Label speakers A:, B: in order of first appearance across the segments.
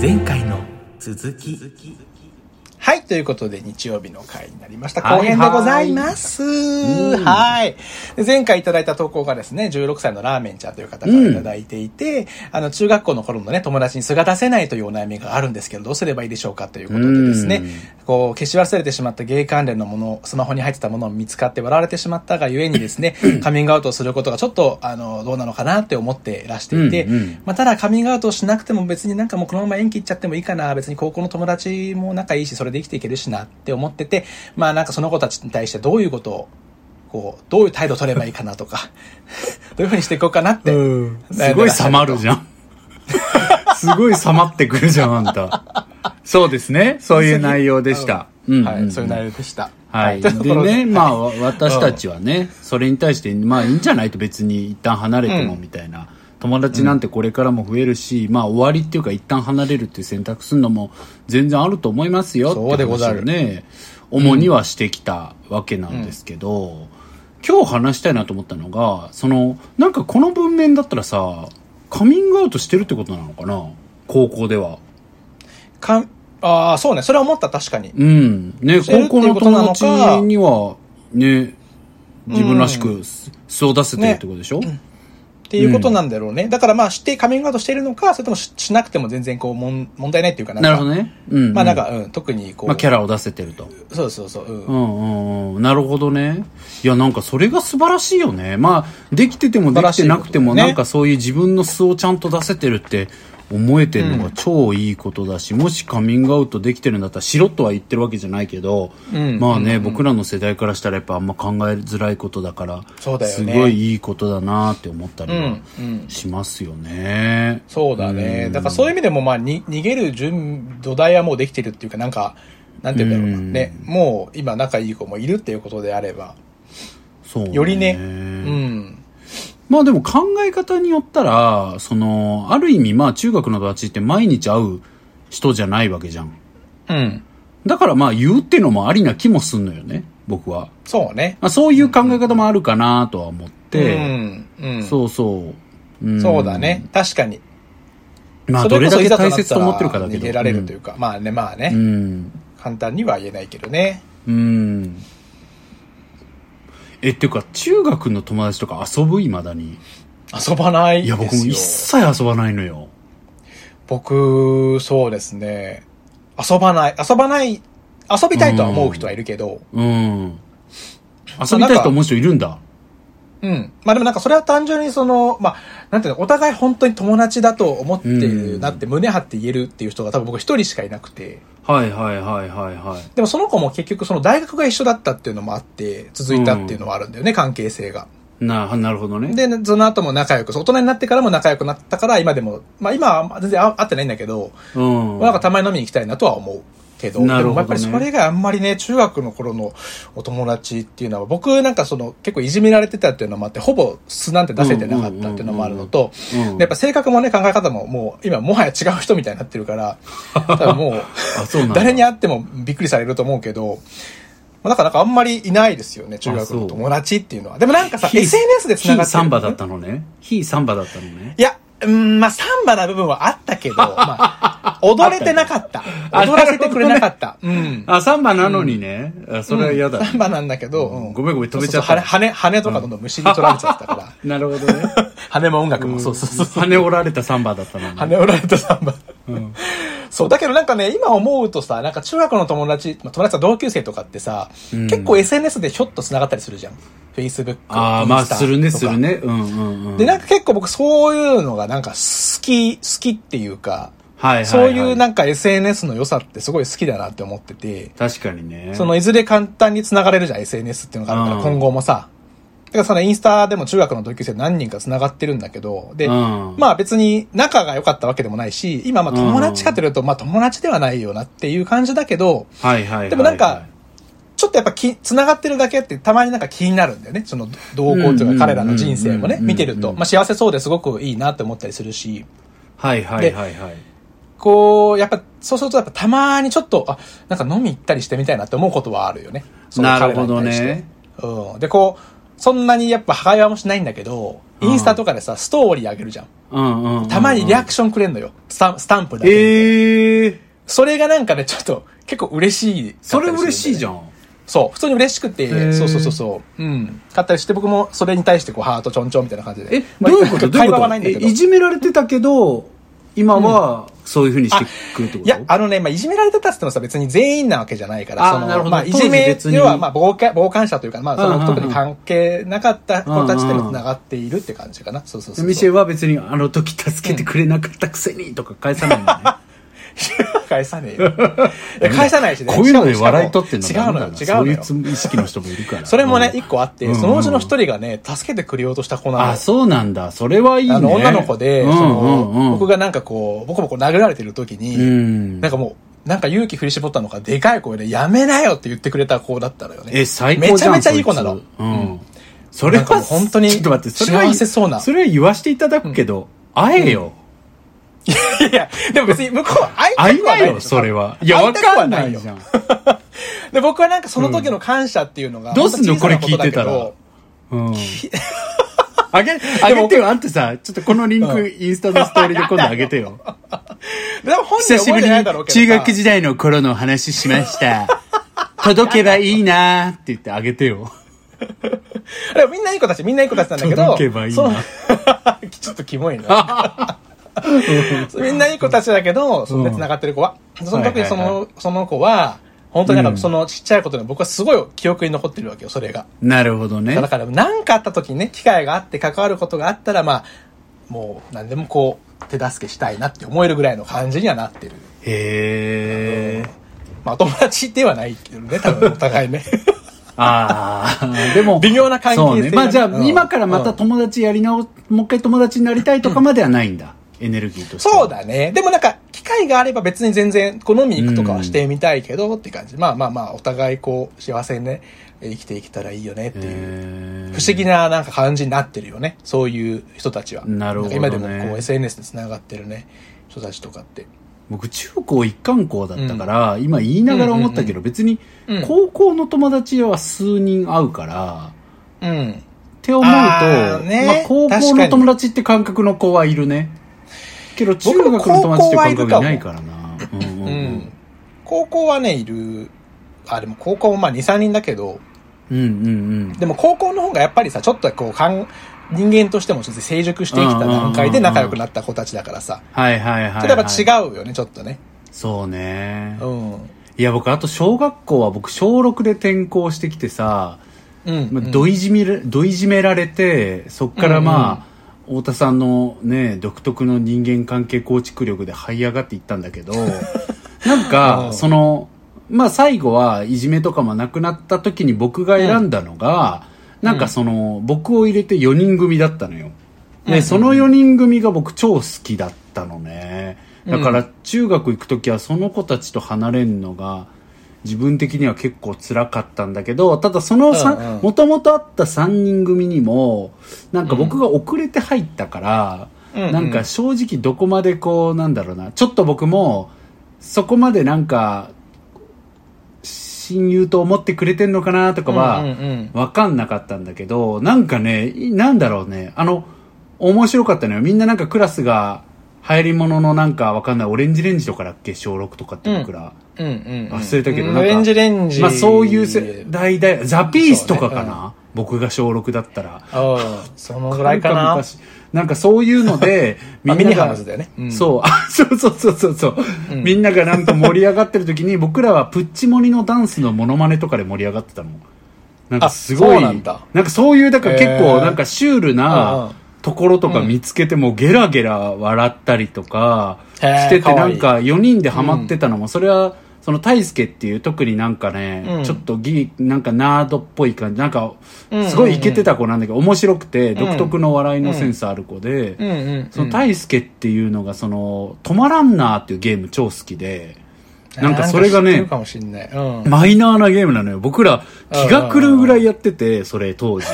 A: 前回の続き。
B: はい。ということで、日曜日の回になりました。
A: はい
B: 後編でございます。はい
A: ん
B: で前回いただいた投稿がですね、16歳のラーメンちゃんという方からいただいていて、あの、中学校の頃のね、友達に素が出せないというお悩みがあるんですけど、どうすればいいでしょうかということでですね、こう、消し忘れてしまったゲイ関連のもの、スマホに入ってたものを見つかって笑われてしまったがゆえにです ね、カミングアウトをすることがちょっと、あの、どうなのかなって思っていらしていて、
A: うんうん
B: まあ、ただカミングアウトしなくても別になんかもうこのまま延期いっちゃってもいいかな、別に高校の友達も仲いいし、それで生きていけるしなって思ってて、まあなんかその子たちに対してどういうことを、こう、どういう態度を取ればいいかなとか、 どういうふうにしていこうかなって。
A: すごい冷まるじゃん。 すごい冷まってくるじゃん、あんた。そうですね。そういう内容でした。んん
B: はい、そういう内容でした。
A: はい。
B: というとこ
A: で
B: ろ
A: ね、まあ、わ私たちはね、それに対して、まあいいんじゃないと別に一旦離れても
B: うん
A: みたいな。友達なんてこれからも増えるし、まあ終わりっていうか一旦離れるっていう選択するのも全然あると思いますよって
B: そうでござ
A: 話を
B: る
A: ね、主にはしてきたわけなんですけど、今日話したいなと思ったのが、その、なんかこの文面だったらさ、カミングアウトしてるってことなのかな高校では。
B: かんああ、そうね、それは思った、確かに。
A: うん。ね、
B: してる
A: 高校
B: っていう
A: の
B: ことな
A: 友
B: のか
A: 達には、ね、自分らしく素素を出せてるってことでしょ、
B: っていうことなんだろうね。だからまあ、して、カミングアウトしているのか、それともししなくても全然こう、もん問題ないっていうかなんか
A: なるほどね。うん、
B: まあなん、か、うん、特にこう、
A: まあキャラを出せてると。
B: そうそうそう、うん。
A: うんうんうん。なるほどね。いや、なんかそれが素晴らしいよね。まあ、できててもできてなくても、
B: 素晴らしいことだよね
A: なんかそういう自分の素をちゃんと出せてるって思えてるのが超いいことだし、もしカミングアウトできてるんだったら、しろとは言ってるわけじゃないけど、
B: うん
A: まあね、僕らの世代からしたらやっぱあんま考えづらいことだから、
B: そうだよね
A: すごいいいことだなって思ったり
B: う
A: は
B: んうん
A: しますよね。
B: そうだね。だからそういう意味でも、まあ、に逃げる準土台はもうできてるっていうか、なんか、なんて言うんだろうな。
A: うん
B: ね、もう今仲いい子もいるっていうことであれば、
A: そう
B: よりね、う
A: うん
B: ん。
A: まあでも考え方によったら、その、ある意味まあ中学の友達って毎日会う人じゃないわけじゃん。
B: うん。
A: だからまあ言うってのもありな気もすんのよね、僕は。
B: そうね。
A: まあそういう考え方もあるかなとは思っ
B: う
A: て、
B: ん。うん。そ
A: そうそう、
B: う
A: うん
B: だ。ね。確かに。
A: まあ
B: そ
A: ど
B: れ
A: れ
B: こ
A: だ
B: そ
A: け
B: いざとな
A: 大
B: ったら
A: 切と思ってるかだけど。
B: 逃げられるというか、まあね、まあね、
A: うん。うん
B: 簡単には言えないけどね。
A: うん。え、っていうか中学の友達とか遊ぶ未だに。
B: 遊ばない
A: いや
B: で
A: 僕も一
B: すよ。
A: 切遊ばないのよ。
B: 僕、そうですね。遊ばない。遊ばない。遊びたいとは思う人はいるけど、
A: うん。遊びたいと思う人いるんだ。
B: うん。まあでもなんかそれは単純にその、まあ、なんていうの、お互い本当に友達だと思っているなって胸張って言えるっていう人が多分僕一人しかいなくて。
A: はいはいはいはいはい。
B: でもその子も結局その大学が一緒だったっていうのもあって、続いたっていうのはあるんだよね、関係性が。
A: な、なるほどね。
B: で、その後も仲良く、そう大人になってからも仲良くなったから、今でも、まあ今は全然会会ってないんだけど、
A: うん。
B: まあなんかたまに飲みに行きたいなとは思うけど、
A: なるほどね
B: でもやっぱりそれがあんまりね、中学の頃のお友達っていうのは、僕なんかその結構いじめられてたっていうのもあって、ほぼ素なんて出せてなかったっていうのもあるのと、
A: うん
B: でやっぱ性格もね、考え方ももう今もはや違う人みたいになって るから、多分もう、
A: あ、そうなんだ
B: 誰に会ってもびっくりされると思うけど、まあだからなんかあんまりいないですよね、中学の友達っていうのは。でもなんかさ、
A: 非
B: SNS で繋が
A: 非
B: ってる。
A: サンバだったのね。非サンバだったのね。
B: いや、うん、まあ、サンバな部分はあっ たけど、まあ、踊れてなかった。
A: あ
B: 踊らせてくれなかった。うん。
A: あ、サンバなのにね。あそれは嫌だ。
B: サンバなんだけど、うん
A: ごめんごめん飛べちゃった
B: そうそうそう羽、羽羽とかどんどん虫に取られちゃっ たから。
A: なるほどね。
B: 羽も音楽も、そうそうそう。
A: 羽折られたサンバだったのね。
B: 羽折られたサンバ。そう、だけどなんかね、今思うとさ、なんか中学の友達、まあ、友達は同級生とかってさ、
A: うん
B: 結構 SNS でひょっと繋がったりするじゃん。Facebook。
A: ああ、まあ、
B: Insta
A: するね、
B: とか
A: するね。うんうんうん。
B: で、なんか結構僕そういうのがなんか好き、好きっていうか、
A: はいはいはい。
B: そういうなんんか SNS の良さってすごい好きだなって思ってて、
A: 確かにね。
B: そのいずれ簡単に繋がれるじゃん、SNS っていうのがあるから、
A: うん
B: 今後もさ。だからそのインスタでも中学の同級生何人か繋がってるんだけど、で、
A: うん
B: まあ別に仲が良かったわけでもないし、今まあ友達かというと、まあ友達ではないよなっていう感じだけど、
A: はいはいはいはい。
B: でもなんか、ちょっとやっぱき、繋がってるだけってたまになんか気になるんだよね。その動向と
A: うんうんうんう
B: いうんか彼らの人生もね、見てる
A: う
B: と。
A: ん
B: まあ幸せそうですごくいいなって思ったりするし、
A: はいはいはいはい。
B: こう、やっぱ、そうするとやっぱたまにちょっと、あ、なんか飲み行ったりしてみたいなって思うことはあるよね。その
A: な
B: 彼
A: る
B: ら
A: ほ
B: に
A: ど
B: 対して
A: ね。
B: うん。で、こう、そんなにやっぱ母親もしないんだけど、インスタとかでさ、ストーリーあげるじゃん。
A: うんうんうんうん
B: たまにリアクションくれんのよ。スタンスタンプだけ。
A: ええー、
B: それがなんかね、ちょっと結構嬉しい。
A: それ嬉しいじゃ
B: ん。
A: ん。
B: そう、普通に嬉しく
A: へー
B: て、そうそうそうそう。うん。買ったりして、僕もそれに対してこう、ハートちょんちょんみたいな感じで。
A: え、どういうこと
B: ま
A: どう
B: あ
A: いう
B: 会
A: こ
B: 話は
A: と
B: ないんだ
A: え
B: けど。
A: いじめられてたけど、今はそういうふうにしてくるってこと
B: いや、あのね、まあ、いじめられてたって言ってもさ、別に全員なわけじゃないから、
A: あー
B: その、
A: なるほど
B: まあ、いじ
A: 当時
B: め、
A: 別に
B: 要は、まあ、傍観、傍観者というか、まあ、そ
A: うんうんう
B: の、
A: ん
B: 特に関係なかった子たち
A: う
B: と
A: んう
B: も
A: んうん
B: 繋がっているって感じかな。そうそうそうそう。
A: ミシェは別にあの時助けてくれなかったくせにとか返さないんだ
B: 返さねえよ。いや返さないし
A: ね。
B: ね。
A: こういうので
B: しかも
A: 笑い取ってんの
B: 違
A: ダ
B: う
A: メ
B: の
A: だ
B: よ、
A: な
B: 違う
A: そう
B: の
A: い
B: よ。
A: う意識の人もいるから。
B: それもね
A: う、ん
B: 一個あって
A: うん、うん
B: そのうちの一人がね、助けてくれようとした子なの
A: あ、
B: よ。
A: そうなんだ。それはいいね。
B: あの、女の子で、
A: う
B: そ
A: んうんうん
B: の、僕がなんかこう、ボコボコ殴られてる時
A: う
B: に、
A: ん
B: なん。かもう、なんか勇気振り絞ったのか、でかい声で、やめなよって言ってくれた子だったのよね。
A: え、最高じゃん。
B: めちゃめちゃいい子なの
A: そつうん。それ
B: なんか
A: は、
B: もう本当に
A: ちょっと待って、それは、
B: 幸せそうな
A: それは言わしていただくけど、会えよ。
B: いや、でも別に向こうは会い
A: 会い
B: たく
A: な
B: はないい
A: よ、
B: でしょ
A: それは。いや、
B: 会
A: わ
B: いたく
A: か
B: は
A: ん
B: な
A: ないい
B: よ
A: じゃん。
B: で、僕はなんかその時の感謝っていうのが、
A: どうすんのこれ聞いてた
B: 本
A: ら。うん。あげ、
B: で
A: あ
B: も
A: げてよ、あんたさ、ちょっとこのリンク、インスタのストーリーで今度あげてよ。
B: 当に小さなことだけどでも本人
A: 久
B: は
A: しぶ
B: 覚え
A: り
B: てない
A: に
B: だろうけどさ。
A: 中学時代の頃の話しま した。届けばいいなーって言ってあげてよ。
B: でもみんないい子たち、みんないい子たちなんだけど。
A: 届けばいいな
B: その ちょっとキモいな。みんないい子たちだけど、そんで繋がってる子は。その特にその、
A: はいはいは
B: その子は、本当になん
A: うん
B: かそのちっちゃいことで僕はすごい記憶に残ってるわけよ、それが。
A: なるほどね。
B: だから何かあった時にね、機会があって関わることがあったら、まあ、もう何でもこう、手助けしたいなって思えるぐらいの感じにはなってる。
A: へー。
B: まあ友達ではないけどね、多分お互い ね。
A: ああ、 でも。
B: 微妙な関係性
A: そうね。まあじゃ
B: う
A: あ、
B: ん
A: 今からまた友達やり直す、もう一回友達になりたいとかまではないんだ。エネルギーとして。
B: そう。だね。でもなんか、機会があれば別に全然、こう飲み行くとかはしてみたいけど、って感じ。まあまあまあ、お互いこう、幸せにね、えー生きていけたらいいよねっていう。不思議ななんか感じになってるよね。そういう人たちは。
A: なるほどね
B: んか今でもこう、SNS で繋がってるね、人たちとかって。
A: 僕、中高一貫校だったから、今言いながら思ったけど、別に
B: うん、
A: 高校の友達は数人会うから、
B: うん。
A: って思うと、
B: あーね
A: まあ、高校の友達って感覚の子はいるね。けど、中学の友達って感覚いないからな。うんう
B: うんん。高校はね、いる。あ、でも高校もまあ2、3人だけど、
A: うん。うんうんうん。
B: でも高校の方がやっぱりさ、ちょっとこう、かん人間としてもちょっと成熟してきた段階で仲良くなった子たちだからさ。
A: はいはいはい、はい。
B: それやっぱ違うよね、ちょっとね。
A: そうね。
B: うん。
A: いや、僕、あと小学校は僕、小6で転校してきてさ、
B: うん。
A: まあどいじめら、どいじめられて、そっからまあ、太田さんのね、独特の人間関係構築力で這い上がっていったんだけど、 なん
B: う
A: か、
B: ん
A: その、まあ最後はいじめとかもなくなった時に僕が選んだのが、なんかその、僕を入れて4人組だったのよ。
B: う
A: で、
B: ん
A: その4人組が僕超好きだったのね。だから中学行く時はその子たちと離れるのが自分的には結構辛かったんだけど、ただその
B: うんうん
A: もともとあった3人組にも、なんか僕が遅れて入ったから、
B: うんうん
A: なんか正直どこまでこう、なんだろうな、ちょっと僕も、そこまでなんか、親友と思ってくれてんのかなとかは、
B: うんうん
A: わかんなかったんだけど、なんかね、いなんだろうね、あの、面白かったのよ。みんななんかクラスが、流行り物のなんかわかんない、オレンジレンジとかだっけ小6とかって僕ら。
B: うん。うんうん。
A: 忘れたけど
B: うん
A: なんか
B: オレンジレンジ。
A: まあそういう世代だよ。ザ・ピースとかか
B: そうね
A: な、僕が小6だったら。
B: うん。そのぐらいかな。
A: 昔なんかそういうので、
B: まあ
A: みん
B: ミニ
A: な
B: ハ
A: が
B: ウスだよね。うん
A: そう、あそう そうそうそうそう、みんながなんか盛り上がってる時に、僕らはプッチモリのダンスのモノマネとかで盛り上がってたの。なんかすごい、
B: あそうなんだ
A: かそういう、だから結
B: へ
A: 構
B: ー
A: なんかシュール
B: うんう
A: なんところとか見つけてもゲラゲラ笑ったりとか
B: へー
A: してて、
B: か
A: な
B: わいい
A: んか4人でハマってたのも、それは、その大輔っていう特になんかね、
B: うん
A: ちょっとギなんかナードっぽい感じ、なんか
B: うんうんうん
A: すごいイケてた子なんだけど、面白くて独特の笑いのセンスある子で、
B: うんうん。
A: その大輔っていうのがその「止まらんな」っていうゲーム超好きでなんかそれが
B: 知ってる
A: ね
B: かもしんない。うん。
A: マイナーなゲームなのよ僕ら気が狂うぐらいやっててそれ当 時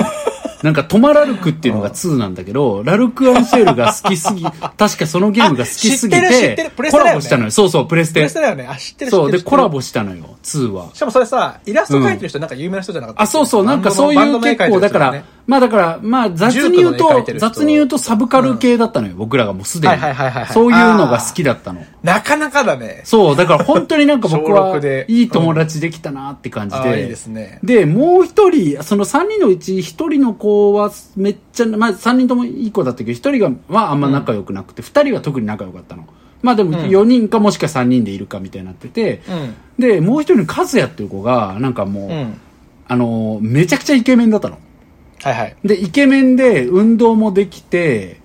A: なんか「止まらるく」っていうのが2なんだけどラルク・アンシェールが好きすぎ確かそのゲームが好きすぎ
B: あ知ってる知って
A: て
B: るプレス
A: コ
B: テだよね
A: ラボしたのよそうそうプレス
B: プレ
A: テ
B: ステだよね。あ、知ってる
A: そうでコラ。
B: 知ってる知ってる
A: ボしたのよ2は
B: しかもそれさ、イラスト描いてる人なんか有名な人じゃなかった
A: あ、
B: っけ
A: そうそう、なんかそういう結構、だか
B: バンドメーカーやってる人
A: ら
B: よね、
A: まあだから、まあ雑に言う
B: ジュートの絵描
A: と
B: いて、る人
A: 雑に言うとサブカル系だったのよ、僕らがもうすでに
B: はいはいはいはいは。い
A: そういうのが好きだったの。
B: なかなかだね。
A: そう、だから本当になんか僕
B: 小
A: は
B: 六で、
A: いい友達できたなって感じ
B: ああ、
A: で。
B: いいですね。
A: で、もう一人、その三人のうち一人の子はめっちゃ、まあ三人ともいい子だったけど、一人がはあんま仲良くなくて、二人は特に仲良かったの。まあでも
B: うん
A: 4人かもしくは3人でいるかみたいになってて、
B: うん。
A: で、もう一人のカズヤっていう子が、なんかもう、
B: うん。
A: あの、めちゃくちゃイケメンだったの。
B: はいはい。
A: で、イケメンで運動もできて、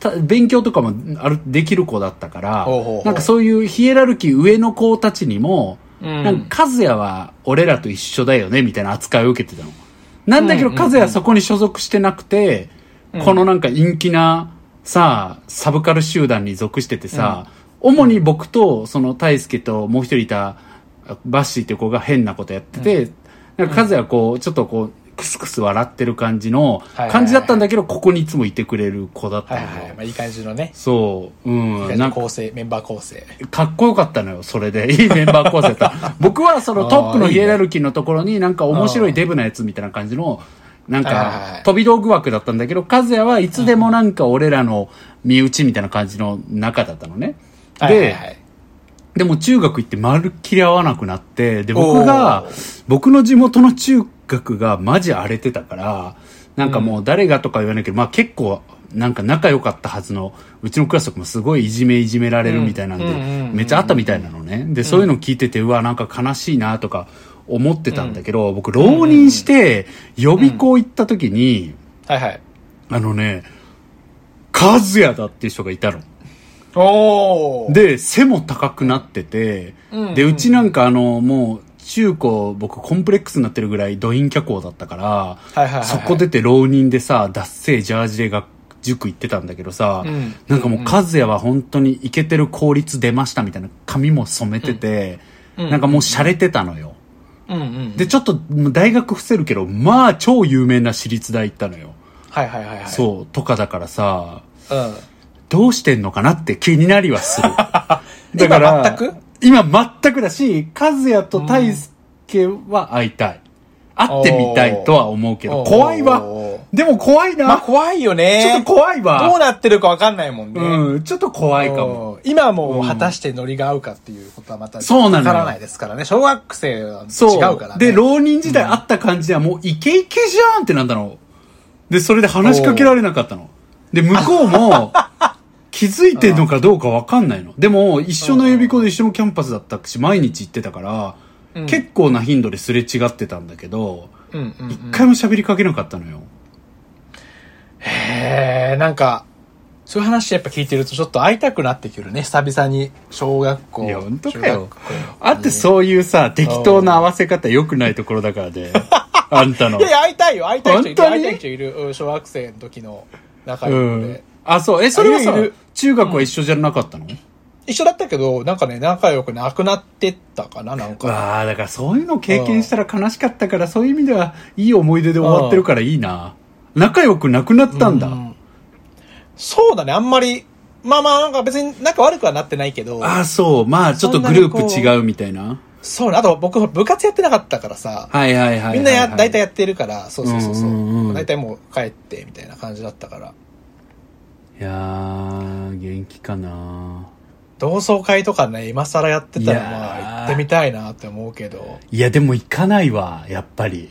A: た勉強とかもあるできる子だったから
B: ほうほうほう
A: なんかそういうヒエラルキー上の子たちにも、
B: うん
A: なんか、和也は俺らと一緒だよね、みたいな扱いを受けてたの。なんだけど、
B: うんうんうん
A: 和也はそこに所属してなくて、
B: うん
A: このなんか陰気な、さサブカル集団に属しててさ、主に僕と、その大輔ともう一人いた、バッシーって子が変なことやってて、なんか和也はこう、ちょっとこう、クスクス笑ってる感じの
B: はいはい
A: 感じだったんだけど、ここにいつもいてくれる子だった
B: はい
A: のよ。
B: はいはい。まあ、いい感じのね。
A: そう、うん。
B: い
A: なん
B: い感じ
A: か
B: 構成、メンバー構成。
A: かっこよかったのよ、それで。いいメンバー構成だ った。僕はそのトップ
B: あ
A: の
B: ーいい
A: ヒ
B: ね
A: エラルキーのところになんか面白いデブなやつみたいな感じの、なん
B: はいはいは
A: か
B: い
A: 飛び道具枠だったんだけど、和也はいつでもなんか俺らの身内みたいな感じの中だったのね。
B: はいはいは
A: で、
B: い。
A: でも中学行ってまるっきり合わなくなって、で、僕
B: お
A: が
B: ー、
A: 僕の地元の中学がマジ荒れてたから、なんかもう誰がとか言わないけど、まあ結構、なんか仲良かったはずの、うちのクラスとかもすごいいじめいじめられるみたいなんで、
B: うんうんうんうん
A: めっちゃあったみたいなのね。で、そういうの聞いてて、うわ、なんか悲しいなとか思ってたんだけど、僕、浪人して、予備校行った時に、
B: はいはい。
A: あのね、和也だっていう人がいたの。
B: おー。
A: で、背も高くなってて、
B: うん
A: で、うちなんかあの、もう、中高、僕、コンプレックスになってるぐらい、ドインキャ校だったから、
B: はいはいはいはい
A: そこ出て浪人でさ、脱せジャージで学塾行ってたんだけどさ、
B: うん
A: なんかもう、和也は本当にイケてる効率出ましたみたいな、髪も染めてて、
B: うん
A: なんかもう、洒落てたのよ。
B: うんうん。
A: で、ちょっと、大学伏せるけど、まあ、超有名な私立大行ったのよ。
B: はいはいはいはい。
A: そう、とかだからさ、
B: う。うん。
A: どうしてんのかなって気になりはす る。だから、
B: 今全く
A: 今全くだし、和也と大輔は会いたい。会ってみたいとは思うけど、
B: おー
A: 怖いわ
B: おー。
A: でも怖いな。
B: まあ、怖いよね。
A: ちょっと怖いわ。
B: どうなってるかわかんないもんね。
A: うん、ちょっと怖いかも。
B: うん今はも
A: う
B: うん果たしてノリが合うかっていうことはまた
A: そうなの
B: わ
A: よ
B: からないですからね。小学生は
A: そう。
B: 違うからね。
A: で、浪人時代会った感じではもうイケイケじゃんってなんだろう。で、それで話しかけられなかったの。で、向こう も、気づいてんのかどうかわかんないの。でも、一緒の予備校で一緒のキャンパスだったし、毎日行ってたから、
B: うん
A: 結構な頻度ですれ違ってたんだけど、
B: うんうんうん
A: 一回も喋りかけなかったのよ。
B: へえ、なんか、そういう話やっぱ聞いてるとちょっと会いたくなってくるね。久々に小学校。
A: いや本当かよ
B: 中学校に
A: あってそういうさ、適当な合わせ方良くないところだから で、あんたの
B: いやい。や、会いたいよ。会いたい人いる。
A: 本当
B: 会
A: に
B: いたい人いる。うん小学生の時の仲
A: う
B: 良く
A: ん
B: で。。
A: あ、そう。え、それはいさ
B: るいる、
A: 中学は一緒じゃなかったの
B: 一緒だったけど、なんかね、仲良くなくなってったかな、なんか。
A: わあだからそういうの経験したら悲しかったからそういう意味ではいい思い出で終わってるからいいな仲良くなくなったんだ、
B: うそうだね、あんまり。まあまあ、なんか別に仲悪くはなってないけど。
A: ああそうまあちょっとグループ違うみたいな
B: そうねあと僕、部活やってなかったからさ。
A: はいはいはいはいはい
B: みんなや、大体やってるから、そうそうそうそう
A: うんうんうん
B: 大体もう帰って、みたいな感じだったから。
A: いやー元気かな
B: 同窓会とかね、今更やってたら、
A: いやー
B: まあ、行ってみたいなって思うけど。
A: いやでも行かないわやっぱり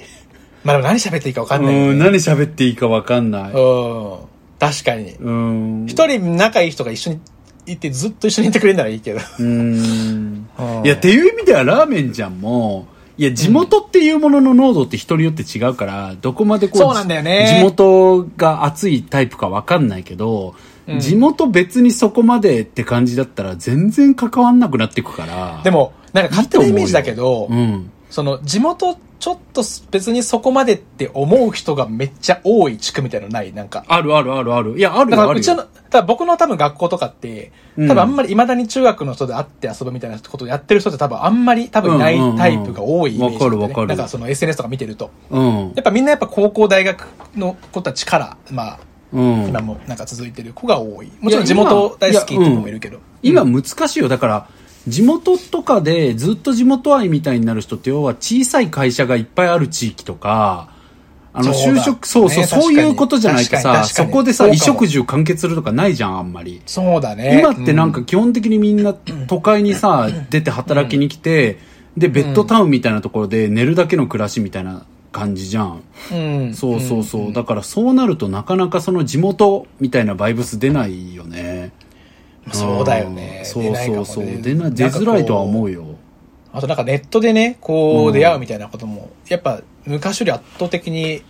B: まあでも何喋っていいか分かんないよ
A: う
B: ね
A: ん何喋っていいかわかんない
B: うん。確かに。
A: うん
B: 一人仲いい人が一緒にいて、ずっと一緒にいてくれるならいいけど。
A: うん
B: うん
A: いや、っていう意味ではラーメンじゃんもう、いや、地元っていうものの濃度って人によって違うから、どこまでこう、
B: そうなんだよね
A: 地元が熱いタイプかわかんないけど、
B: うん
A: 地元別にそこまでって感じだったら全然関わんなくなっていくから。
B: で、も、なんか勝手なイメージだけど、
A: うん。
B: その、地元、ちょっと別にそこまでって思う人がめっちゃ多い地区みたいなのないなんか。
A: あるあるあるある。いや、ある
B: だ
A: よ
B: から
A: ある
B: うち
A: よ。
B: の、だから僕の多分学校とかって、
A: うん
B: 多分あんまり未だに中学の人で会って遊ぶみたいなことやってる人って多分あんまり多分いない
A: うんうんうん
B: タイプが多いイメージ、ね
A: わかるわかる
B: なんかその SNS とか見てると。
A: うん
B: や。っぱみんなやっぱ高校、大学の子たちから、まあ、
A: うん。
B: 今もなんか続いてる子が多い。もちろん地元大好きって子もいるけど。
A: 今難しいよだから地元とかでずっと地元愛みたいになる人って要は小さい会社がいっぱいある地域とかあの、
B: そう
A: 就
B: だ
A: 職、そうそう、
B: ね
A: そういうことじゃないと
B: 確か
A: さ、
B: に確か
A: そ
B: に
A: こでさ、
B: そうか
A: 衣
B: も
A: 食住完結するとかないじゃん、あんまり。
B: そうだね。
A: 今ってなん
B: う
A: か基本的にみんな都会にさ、出て働きに来て、で、ベッドタウンみたいなところで寝るだけの暮らしみたいな感じじゃん。
B: うん、
A: そうそうそう。だからそうなるとなかなかその地元みたいなバイブス出ないよね。
B: そうだよね。
A: んそうそうそう。出
B: 出
A: ない
B: なかもね
A: 出づらいとは思
B: なんかこ
A: うよ。
B: うあとなんかネットでね、こ
A: うん
B: う出会うみたいなことも、やっぱ昔より圧倒的に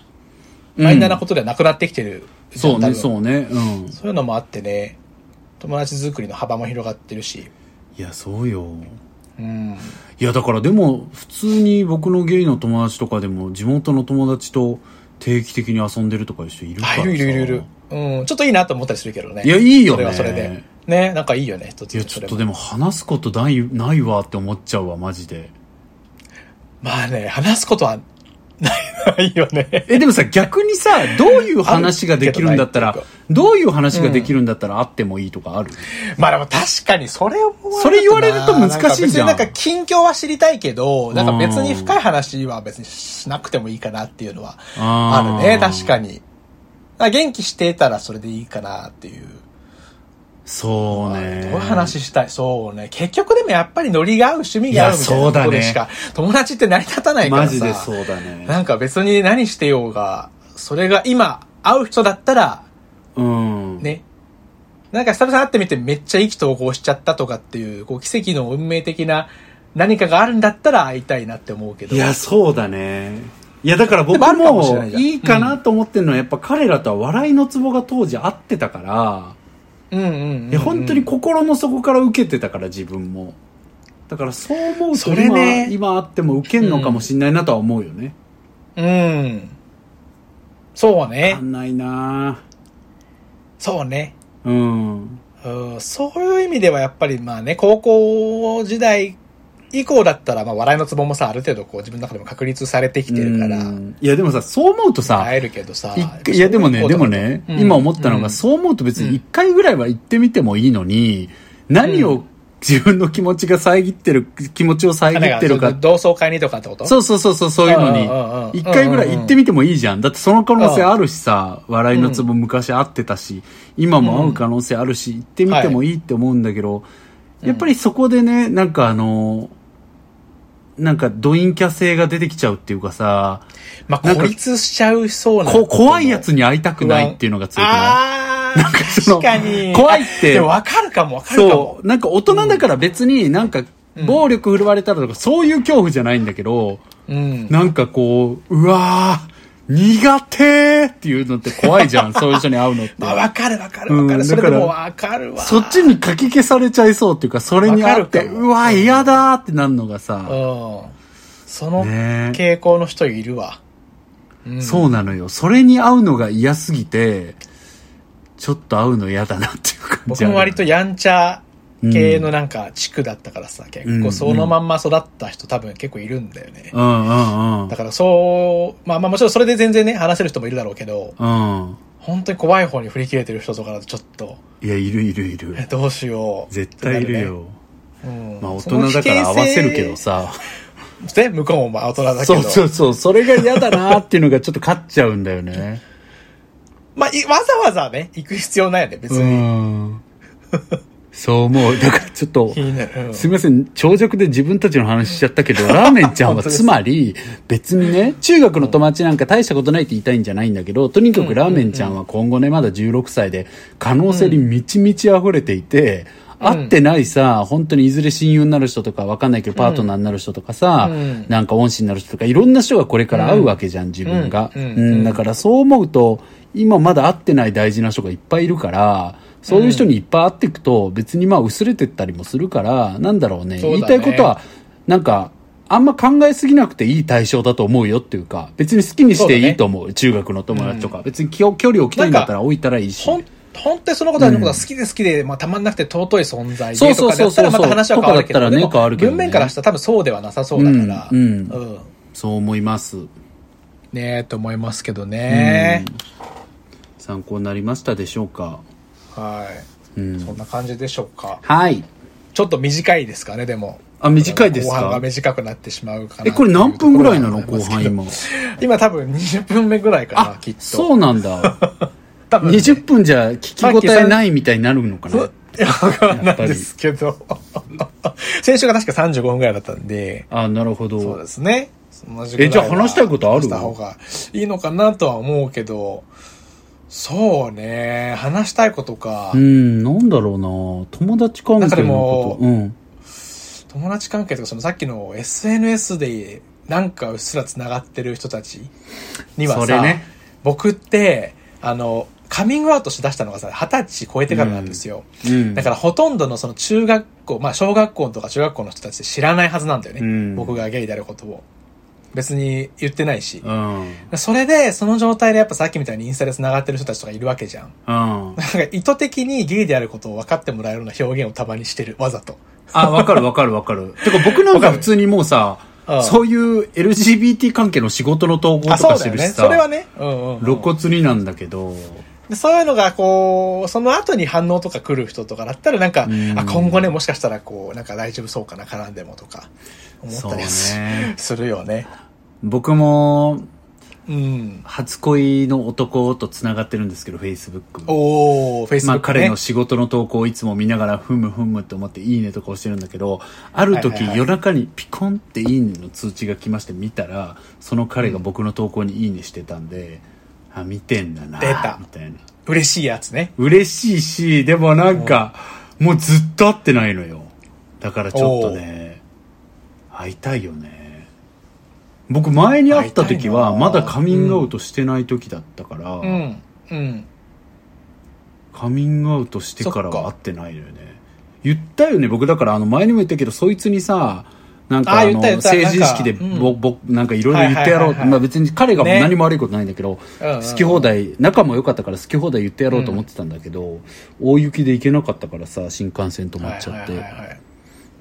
A: うん
B: マイナーなことではなくなってきてるじゃ
A: そ
B: ん。
A: うね、
B: う。
A: そうね。うん。
B: そういうのもあってね、友達作りの幅も広がってるし、
A: いや、そうよ。
B: うん。
A: いや、だからでも、普通に僕のゲイの友達とかでも、地元の友達と定期的に遊んでるとかいう人いるから
B: あ、
A: さ。
B: いるいるいるいる。うん、ちょっといいなと思ったりするけどね。
A: いやいいよね
B: それはそれで。ね、なんかいいよね、一つ
A: いや、ちょっと
B: そ
A: で
B: れも
A: も話すことない、ないわって思っちゃうわ、マジで。
B: まあね、話すことはない、ないよね。
A: え、でもさ、逆にさ、どういう話ができるんだった
B: ある
A: ら
B: けどないって、
A: どういう話ができるんだったらあってもいいとかある、
B: まあでも確かにそれを
A: それ言われると難しいじゃん
B: なんか別になんか近況は知りたいけど、なんか別に
A: うん
B: 深い話は別にしなくてもいいかなっていうのはあ
A: あ
B: る
A: ー
B: ね、確かに。あ元気してたらそれでいいかなっていう。
A: そうね。
B: どういう話したいそうね。結局でもやっぱりノリが合う、趣味が合うみた
A: い
B: い
A: やそう
B: な
A: だ
B: こ
A: ね
B: とでしか、友達って成り立たないから
A: マ
B: さ。
A: ジでそうだね。
B: なんか別に何してようが、それが今会う人だったら、
A: うん。
B: ね。なんか久々会ってみてめっちゃ意気投合しちゃったとかっていう、こう奇跡の運命的な何かがあるんだったら会いたいなって思うけど。
A: いや、そうだね。いや、だから僕
B: でもあるかもしれ
A: も
B: ないじゃん
A: いいかなと思ってるのは、やっぱ彼らとは笑いのツボが当時合ってたから、
B: うんうんうん、うん。
A: いや、本当に心の底から受けてたから、自分も。だからそう思うと
B: それ
A: 今、
B: ね
A: 今あっても受けんのかもしんないなとは思うよね。
B: うん。そうね
A: 足。んないな
B: そうね。
A: うん。
B: うん、そういう意味ではやっぱりまあね、高校時代以降だったら、まあ笑いのツボもさ、ある程度こう自分の中でも確立されてきてるから、
A: うんいや、でもさ、そう思うとさ、
B: 会えるけどさ。
A: 一回いやでもね、でも
B: ね
A: ね、
B: うん
A: 今思ったのが、
B: うん
A: そう思うと別に一回ぐらいは行ってみてもいいのに、何
B: う
A: を自分の気持ちが遮ってる、気持ちを遮ってる
B: なん
A: か
B: か、同窓会にとかってこと
A: そうそうそうそう、そういう
B: うんうん
A: の
B: うん
A: に、一回ぐらい行ってみてもいいじゃん。だってその可能性あるしさ、笑いのツボ昔合ってたし、今も会う可能性あるし、行ってみてもいいって思うんだけど、やっぱりそこでね、なんかあの、なんかド陰キャ性が出てきちゃうっていうかさ、
B: ま
A: な
B: あ、
A: んか
B: 孤立しちゃうそうな。
A: こ怖いやつに会いたくないっていうのが強くない
B: ああ、
A: その
B: 確かに。
A: 怖いって
B: でもわかるかも、わかるか
A: そ
B: も。
A: う。なんか大人だから別になんか暴力振るわれたらとかそういう恐怖じゃないんだけど、
B: うん。
A: なんかこう、うわー、苦手っていうのって怖いじゃ ん、そういう人に会うのって。
B: まあ、わかるわかるわか
A: うん
B: る。それで
A: だ
B: も
A: から
B: わかるわ。
A: そっちにかき消されちゃいそうっていうか、それにあって、
B: わかるかも
A: うわー、嫌だーってなるのが
B: う
A: さ、
B: ん。その
A: ね
B: 傾向の人いるわ。うん
A: そうなのよ。それに会うのが嫌すぎて、ちょっと会うの嫌だなっていう感じ
B: 僕
A: ある。
B: も割とやんちゃ系のなんか地区だったからさ、結構そのまんま育った人多分結構いるんだよね。
A: うんうんうん
B: だ。からそう、まあまあもちろんそれで全然ね、話せる人もいるだろうけど、
A: うん。
B: 本当に怖い方に振り切れてる人とかだとちょっと、
A: いや、いるいるいる
B: え。どうしよう。
A: 絶対いるよ。
B: うん。
A: まあ大人だから合わせるけどさ。
B: その危険性。ね、向こうもまあ大人だけど。
A: そうそうそう。それが嫌だなーっていうのがちょっと勝っちゃうんだよね。
B: まあ、いわざわざね、行く必要ないよね、別
A: う
B: に。
A: ん。そう思う。だからちょっと
B: 気、になる。うん
A: すみません、長尺で自分たちの話しちゃったけど、ラーメンちゃんは
B: 本当です
A: つまり、別にね、中学の友達なんか大したことないって言いたいんじゃないんだけど、とにかくラーメンちゃんは今後ね、まだ16歳で、可能性に満ち満ち溢れていて、会ってないさ、本当にいずれ親友になる人とか、わかんないけど、パートナーになる人とかさ、
B: うん
A: なんか恩師になる人とか、いろんな人がこれから会うわけじゃん、自分が。
B: うんうん
A: うん、だからそう思うと、今まだ会ってない大事な人がいっぱいいるから、そういう人にいっぱい会っていくと、別にまあ薄れてったりもするから、なんだろうね。
B: そうだ
A: 言
B: ね
A: いたいことは、なんか、あんま考えすぎなくていい対象だと思うよっていうか、別に好きにしていいと思う。中学の友達とか。別にきょ距離を置きたいんだったら置いたらいいし。
B: ほん、本当にそのことは、ことは好きで好きで、まあ、たまんなくて尊い存在
A: そう
B: で
A: そ
B: と
A: う
B: かだ
A: そう
B: っ
A: そ
B: た
A: う
B: ら、また話は変わるけど。
A: とかだったらね
B: でも
A: 変わるけどね
B: 文面からしたら多分そうではなさそうだから。
A: うんうん
B: うん
A: そう思います。
B: ねえ、と思いますけどね。
A: 参考になりましたでしょうか。
B: はい。そんな感じでしょうか。
A: はい。
B: ちょっと短いですかね、でも。
A: あ、短いです
B: 後半が
A: か
B: 短くなってしまうかな
A: え、これ何分ぐらいなの
B: ってう
A: 後
B: とこ
A: 半
B: ろではあり
A: 今
B: ま。すけど今多分20分目ぐらいかな
A: あ、、
B: きっと。
A: そうなんだ。
B: 多分ね
A: 20分じゃ聞き応えないみたいになるのかな。
B: いや、わからないですけど。先週が確か35分ぐらいだったんで、
A: あ、なるほ
B: そう
A: ど。
B: ですね。その時間
A: えじゃあ話したいことある
B: した方がいいのかなとは思うけど、そうね、話したいことか
A: う。ん、なんだろうな友達関係のこと。うん。
B: 友達関係とか、そのさっきの SNS でなんかうっすら繋がってる人たちには
A: そ
B: さ、
A: れね
B: 僕って、あの、カミングアウトしだしたのがさ、二十歳超えてからなんですよ。
A: うん。
B: だからほとんどのその中学校、まあ小学校とか中学校の人たちって知らないはずなんだよね。
A: うん
B: 僕がゲイであることを。別に言ってないし。
A: うん。うん。
B: それで、その状態でやっぱさっきみたいにインスタで繋がってる人たちとかいるわけじゃん。
A: あ、
B: なんか意図的にゲイであることを分かってもらえるような表現をたまにしてる。わざと。
A: わかるわかるわかる。て か僕なんか普通にもうさ
B: わかるうん、
A: そういう LGBT 関係の仕事の投稿
B: あ、
A: と
B: そ
A: か
B: う
A: して
B: だよ
A: る
B: ね。
A: し
B: それは
A: さ、
B: ね。うんうん、う
A: 露
B: ん。
A: 骨になんだけど、
B: でそういうのが、こう、その後に反応とか来る人とかだったら、なんか、
A: うん
B: あ、今後ね、もしかしたら、こう、なんか大丈夫そうかな、絡んでもとか、思っ
A: そ
B: た
A: う
B: りす,、
A: ね。
B: するよね。
A: 僕も、
B: うん。
A: 初恋の男と繋がってるんですけど、Facebook。
B: おー、フェイスブ
A: ま
B: ッ
A: あ
B: ク、ね。
A: 彼の仕事の投稿をいつも見ながら、ふむふむって思っていいねとかをしてるんだけど、ある
B: は
A: 時
B: いはいはい
A: 夜中にピコンっていいねの通知が来まして見たら、その彼が僕の投稿にいいねしてたんで、あ、見てんだな、
B: 出た
A: みたいな。
B: 嬉しいやつね。
A: 嬉しいし、でもなんか、もうずっと会ってないのよ。だからちょっとね、会いたいよね。僕前に会った時は、
B: 会いたい
A: ま
B: な
A: だカミングアウトしてない時だったから、
B: うん。うん。
A: カミングアウトしてから
B: そっ
A: は
B: か
A: 会ってないのよね。言ったよね、僕だから、あの、前にも言ったけど、そいつにさ、なんか
B: あ
A: あ
B: 言った言
A: の、
B: った
A: 成人式で
B: なんか
A: ぼ、
B: うん
A: ぼ、なんかいろいろ言ってやろ
B: は
A: う。
B: いはいはいはい
A: まあ別に彼が
B: ね
A: 何も悪いことないんだけど、
B: うんうん
A: 好き放題、仲も良かったから好き放題言ってやろうと思ってたんだけど、大雪で行けなかったからさ、新幹線止まっちゃって。
B: はい
A: ね
B: はいはいはい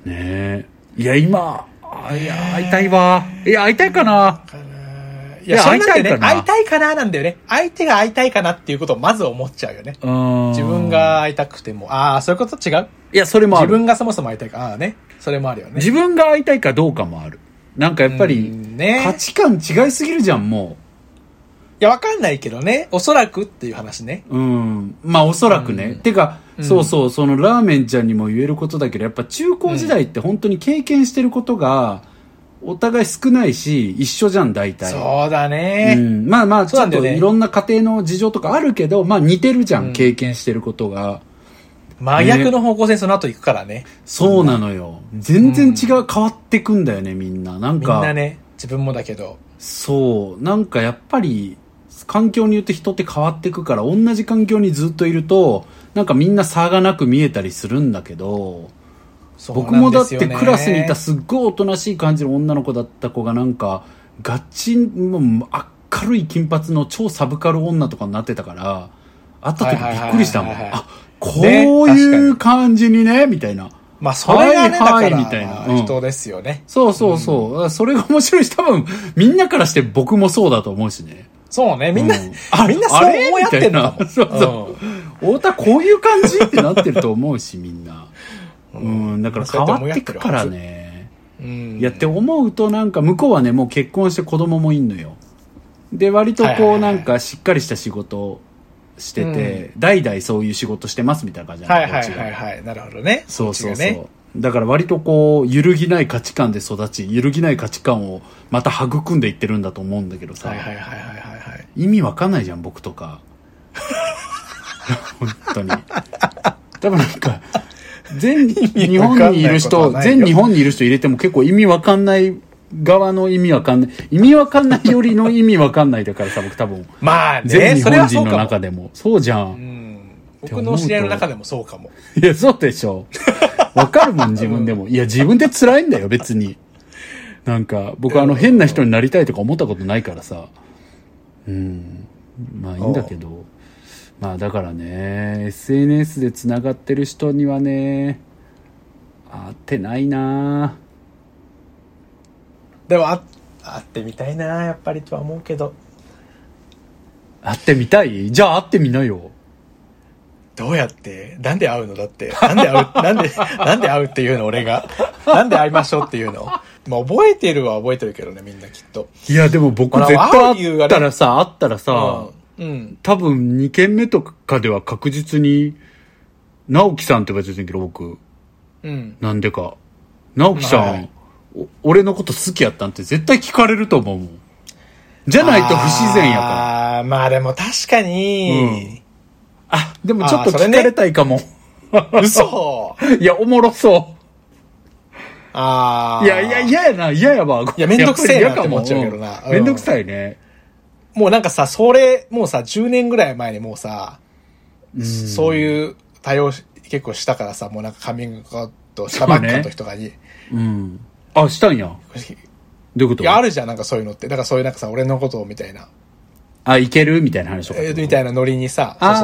A: え。いや、今、あいや、会いたいわ。いや、会いたいかな。
B: いや、
A: いや
B: それなんだよね。会
A: 会
B: い
A: い
B: たいかななんだよね。相手が会いたいかなっていうことをまず思っちゃうよね。
A: うん。
B: 自分。が会いたくても、ああ、そういうこと違う
A: いや、それもあ
B: 自
A: る。
B: 分がそもそも会いたいか。ああね。それもあるよね。
A: 自分が会いたいかどうかもある。なんかやっぱり、
B: うんね
A: 価値観違いすぎるじゃん、も
B: いや、わかんないけどね。おそらくっていう話ね。
A: う。うん。まあ、おそらくね。
B: うん
A: てか、
B: うん
A: そうそう、そのラーメンちゃんにも言えることだけど、やっぱ中高時代って本当に経験してることが、お互い少ないし、一緒じゃん、大体。
B: そうだ
A: う
B: ね。
A: ん、まあまあ、ち
B: そう
A: ょ
B: なん
A: っ
B: だよ
A: と
B: ね
A: いろんな家庭の事情とかあるけど、まあ似てるじゃん、
B: うん
A: 経験してることが。
B: 真逆の方向性その後行くからね。
A: そうなのよ。全然違う、変わってくんだよね、みんな。なん
B: みん
A: か。
B: なね。自分もだけど。
A: そう。なんかやっぱり、環境によって人って変わってくから、同じ環境にずっといると、なんかみんな差がなく見えたりするんだけど、僕もだってクラスにいた
B: す
A: すっごいおとなしい感じの女の子だった子がなんか、ガチン、もう明るい金髪の超サブカル女とかになってたから、会った時びっくりしたもん。
B: はいはいはい
A: あ、こういう感じにね、みたいな。
B: まあ、それがね、だ
A: はいは
B: か
A: い
B: ら、
A: みたいなうん
B: 人ですよね。
A: そうそうそう。それが面白いし、多分、みんなからして僕もそうだと思うしね。
B: そうね、みんな、
A: うあ
B: みんなそう思いやってんのか
A: あれ
B: も。
A: みたいな そうそう。太田こういう感じってなってると思うし、みん な。うん、だから変わってくからね。
B: うん。うん
A: いや、って思うとなんか向こうはね、もう結婚して子供もいんのよ。で、割と
B: はいはい
A: こ
B: は
A: う
B: い
A: なんかしっかりした仕事をしてて、代々そういう仕事してますみたいな感じな
B: は
A: の
B: いは
A: こ
B: い
A: っちが
B: はいはい。なるほどね。
A: そうそう
B: こっ
A: そ
B: ち
A: う。
B: がね
A: だから割とこう、揺るぎない価値観で育ち、揺るぎない価値観をまた育んでいってるんだと思うんだけどさ、
B: はいはいはいはいはいはい。
A: 意味わかんないじゃん、僕とか。 本当に。多分なんか、全日
B: わかんないことはないよ
A: 本にいる人、全日本にいる人入れても結構意味わかんない側の意味わかんない、意味わかんないよりの意味わかんないだからさ、僕多分、
B: まあね、
A: 全日
B: それ
A: 本
B: はそ
A: 人
B: う
A: の
B: か
A: 中
B: も。
A: でも。そうじゃ。
B: うんん。僕の知り合いの中でもそうかも。
A: いや、そうでしょ。わかるもん、自分でも。いや、自分で辛いんだよ、別に。なんか、僕、あの、変な人になりたいとか思ったことないからさ。うん。まあ、いいんだけど。まあ、だからね、SNS で繋がってる人にはね、会ってないな
B: でも、あ会ってみたいな、やっぱりとは思うけど。
A: 会ってみたいじゃあ会ってみなよ。
B: どうやって、なんで会うのだって、なんで会う、 なんで、なんで会うっていうの俺が。なんで会いましょうっていうの。まあ覚えてるは覚えてるけどね、みんなきっと。
A: いや、でも僕
B: ほら
A: 絶
B: ワーリ
A: 対
B: ー
A: あ
B: が
A: っ
B: ね
A: たらさ、あったらさ、
B: うん。うん。
A: 多分2軒目とかでは確実に、直樹さんって言われてるんだけど、僕。
B: うん。
A: なんでか。直樹さん、
B: はい
A: お俺のこと好きやったんって絶対聞かれると思うもん。じゃないと不自然やから。
B: ら。あーまあでも確かに、
A: あ、でもちょっと
B: あーそれ
A: 聞
B: ね
A: かれたいかも。
B: 嘘
A: いや、おもろそ
B: あ
A: う。
B: あ。
A: いや、いや、嫌やな、嫌やわ。
B: いやめんどくせえなって
A: やぱり嫌かも
B: 思っちゃうけどなん
A: めんどくさいね。
B: もうなんかさ、それ、もうさ、10年ぐらい前にもうさ、そういう対応し結構したからさ、もうなんかカミングアウトしたばっかの時とかに、
A: うん。あ、したんや。どういうこと
B: いや、あるじゃん、なんかそういうのって。だからそういうなんかさ、俺のことをみたいな、
A: あ、いけるみたいな話とか。
B: えーみたいなノリにさ、
A: あー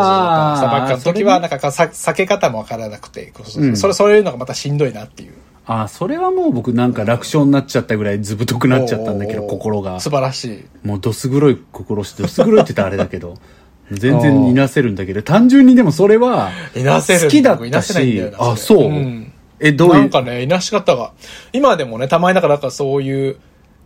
B: したばっかの時は、なんかさ、避け方もわからなくて、こうそう
A: うん
B: それ、そういうのがまたしんどいなっていう。
A: あ、それはもう僕なんか楽勝になっちゃったぐらいずぶとくなっちゃったんだけど、
B: おー
A: 心が。
B: 素晴らしい。
A: もうどす黒い心して、どす黒いって言ったらあれだけ ど、全然いなせるんだけど、単純にでもそれは、
B: いなせる
A: 好きだっ
B: い
A: た
B: なせないん
A: し
B: だよ、な
A: あ、
B: そ
A: そ
B: れ
A: う
B: うん。
A: え、どう
B: ない
A: うん
B: かね、いなし方が、今でもね、たまにだからなんかそういう、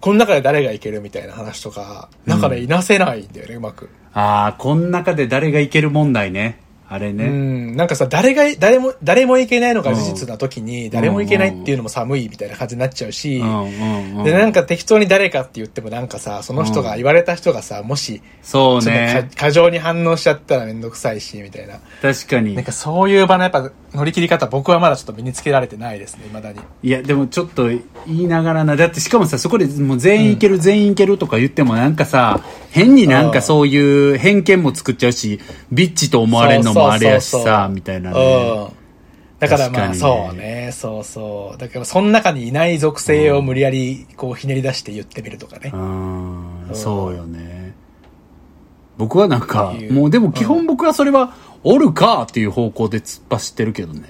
B: この中で誰がいけるみたいな話とか、なんかね、いなせないんだよね、うまく。
A: ああ、こん中で誰がいける問題ね。あれ
B: う
A: ね。
B: ん、なんかさ、誰が、誰も、誰もいけないのが事実な時に、誰もいけないっていうのも寒いみたいな感じになっちゃうし、
A: うんうんうん
B: で、なんか適当に誰かって言ってもなんかさ、その人が、言われた人がさ、もし、
A: そう
B: ちょっとか
A: ね。
B: 過剰に反応しちゃったらめんどくさいし、みたいな。
A: 確かに
B: なん。かそういう場のやっぱ乗り切り方、僕はまだちょっと身につけられてないですね、未だに。
A: いや、でもちょっと言いながらな。だってしかもさ、そこでもう全員いける、全員いけるとか言ってもなんかさ、変になんかそういう偏見も作っちゃうし、ビッチと思われるのもあれやし
B: そうそうそうそ
A: さ、
B: う
A: みたいなね。
B: うん。だからまあ、
A: 確か
B: そう
A: に
B: ね、そうそう。だからその中にいない属性を無理やりこうひねり出して言ってみるとかね
A: う。ん、そうよね。僕はなんか
B: ってい、う
A: もうでも基本僕はそれは、おるかっていう方向で突っ走ってるけど ね。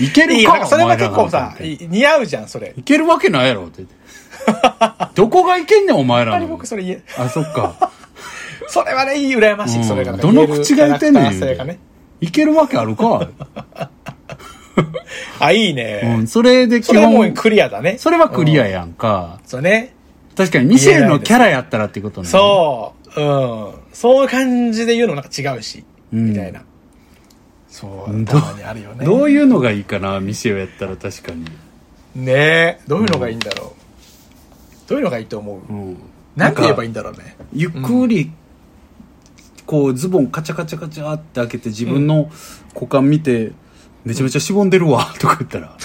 A: いけ
B: い
A: る
B: や、なん
A: か
B: かそれは
A: お前ら
B: 結
A: が
B: 構さ、い似合うじゃん、それ。やっ
A: いけるわけないやろって。 どこがいけんねん、お前
B: ぱ
A: ら
B: り
A: の
B: 僕。それ言え、
A: あ、そっか。
B: それはね、いい羨ま
A: う
B: しい、
A: ん
B: それがなんか
A: ど
B: 言え
A: の
B: る
A: 口が言ってん
B: キャ
A: ね
B: ラ
A: ん
B: クター性がね。
A: いけるわけある か。
B: あ、いいうね。
A: ん、それで
B: そ
A: 基
B: れもう
A: 本、
B: クリアだね。
A: それはクリアやんか。
B: そうね。
A: 確かに、ミシェルのキャラやったらっていうことね。
B: そう。うん。そういう感じで言うのもなんか違うし、
A: うん
B: みたいな。そう、
A: ど
B: たまにあるよね。
A: どういうのがいいかな、ミシェルやったら確かに。
B: ねえ、どういうのがいいんだろう。どういうのがいいと思う
A: うん。
B: なんて言えばい
A: い
B: いんだろうね。
A: ゆっくり、こう、ズボンカチャカチャカチャって開けて自分の股間見て、めちゃめちゃしぼんでるわ、 とか言ったら。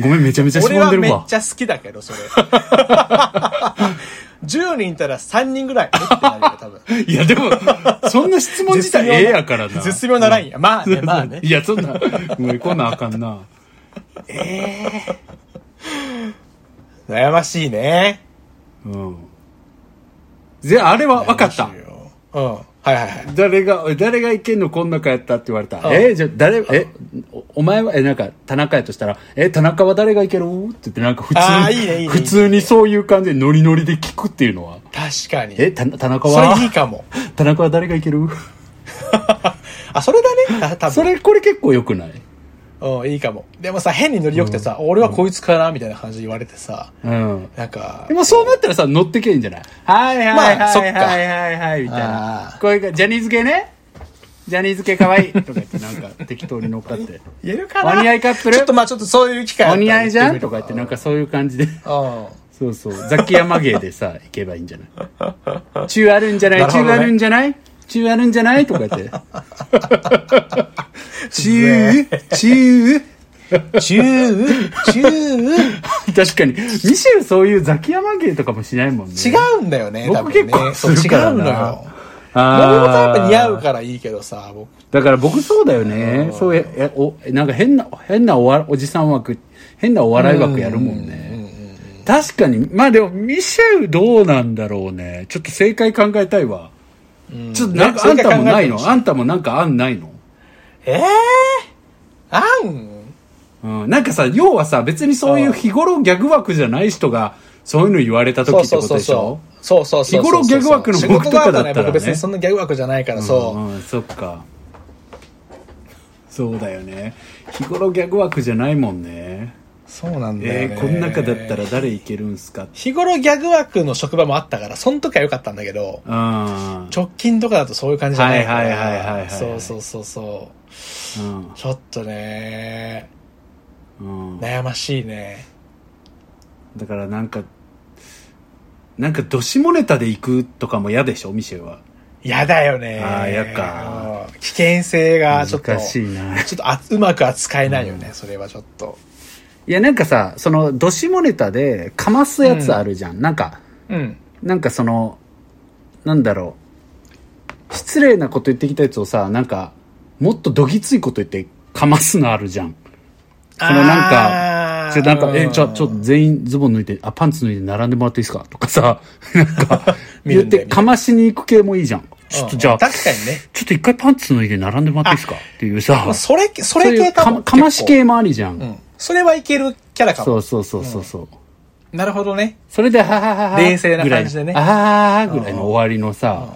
A: ごめん、めちゃめちゃし
B: 俺
A: ぼん
B: は
A: でる
B: めっ
A: わ。
B: ちゃ好きだけど、それ。10人いたら3人ぐらい、えってなるよ、多分。
A: いや、でも、そんな質問自体ええやからな。
B: 絶妙なラインや。まあね、まあね
A: い。や、そんな、もうこんなんあかんな。ええ
B: 悩ましいね。
A: うん。で、あれは分かった
B: 悩まし。いようん。はいはいはい。
A: 誰が、誰がいけんのこん中やったって言われた。
B: ん
A: えーじゃあ誰、え、おお前は、え、なんか、田中やとしたら、え、田中は誰がいけるって言って、なんか普通
B: あーいいねいいね
A: 普通にそういう感じでノリノリで聞くっていうのは。
B: 確かに。
A: え、田田中
B: そ
A: は
B: れいいか も。
A: 田中は誰がいける
B: あ、それだね。た多分
A: それ、これ結構良くない
B: うん、いいかも。でもさ、変に乗り良くてさ、俺はこいつかなみたいな感じで言われてさ、
A: うん。
B: なんか
A: で、もそうなったらさ、乗ってけばいいんじゃないはいはいはい
B: まあそっ
A: はい
B: か
A: はいはいはいみたい
B: あ
A: な
B: ー。
A: こういうか、ジャニーズ系ね。ジャニーズ系可愛いとか言ってなんか適当に乗っか って。
B: 言えるか
A: お似合いカップル
B: ちょっとまあちょっとそういう機会あ
A: お
B: ったら
A: 似合いじゃん
B: って
A: と
B: み
A: か
B: る
A: 言ってなんかそういう感じで。
B: うん。
A: そうそう。ザキヤマ芸でさ、行けばいいんじゃない中あるんじゃない、
B: なるほど
A: 中
B: ね
A: あるんじゃない中あるんじゃないとか言って。 中、中。
B: チュー、チュー。
A: 確かに。ミシェルそういうザキヤマ芸とかもしないもんね。
B: 違うんだよね、多
A: 僕結
B: 分ね。
A: 構するからな
B: そう違うのよ。
A: あー
B: 森本はやっぱ似合うからいいけどさ、僕。
A: だから僕そうだよね。そうや、やお、なんか変な、変なおわおじさん枠、変なお笑い枠やるもんね。確かに。まあでも、ミシェルどうなんだろうね。ちょっと正解考えたいわ。ちょっとなんか、あん
B: ね
A: たもない
B: 正解考えてほし
A: の
B: い
A: あんたもなんか案ないの
B: ええあん
A: うん。なんかさ、要はさ、別にそういう日頃ギャグ枠じゃない人が、そういうの言われた時
B: そ
A: っ
B: う
A: て
B: そ
A: こと
B: うそう
A: でしょ
B: そう。そうそうそうそう。
A: 日頃ギャグ枠の
B: 仕
A: 僕
B: 事
A: とか
B: が
A: だ
B: あ
A: ったらね
B: ね、僕別にそんなギャグ枠じゃないから、そう。
A: んんそっかそうだよね日頃ギャグ枠じゃないもんね
B: そうなんだよ、
A: え
B: ね
A: ー、この中だったら誰いけるんすか
B: 日頃ギャグ枠の職場もあったから、その時は良かったんだけど、
A: あ
B: 直近とかだとそういう感じじゃないから。
A: はいはいはいはいはい
B: そうそうそうそう。
A: うん
B: ちょっとね、
A: うん、
B: 悩ましいね。
A: だからなんかなんかどしもネタで行くとかも嫌でしょミシェは
B: やだよね。
A: あーやか
B: うん。危険性がちょっと、
A: 難しいな
B: ちょっとあうまく扱えないよね、それはちょっと。
A: いやなんかさそのどしもネタでかますやつあるじゃん、なんか
B: うん。
A: なんかそのなんだろう失礼なこと言ってきたやつをさなんかもっとどぎついこと言ってかますのあるじゃん
B: そ
A: のなんかちょなんか、え、じゃあ、ちょっと
B: と、
A: 全員ズボン脱いで、あ、パンツ脱いで並んでもらっていいですかとかさ、なんか、言っ
B: 見る
A: て、
B: んだよ
A: かましに行く系もいいじゃん。ちょっとじゃあ、ちょ
B: 確かにね。
A: っと一回パンツ脱いで並んでもらっていいですかっていう
B: ま
A: さ
B: あ、それ、そ
A: そう
B: れ
A: いう
B: 系
A: か
B: か
A: ま
B: も。
A: かまし
B: 結
A: 系もありじゃん。
B: 構。うん。それはいけるキャラか
A: そ
B: も。
A: うそうそうそうそう。
B: なるほどね。
A: それで、はははは。
B: 冷静な感じでね
A: ぐらいのあはははぐらいの終わりのさ、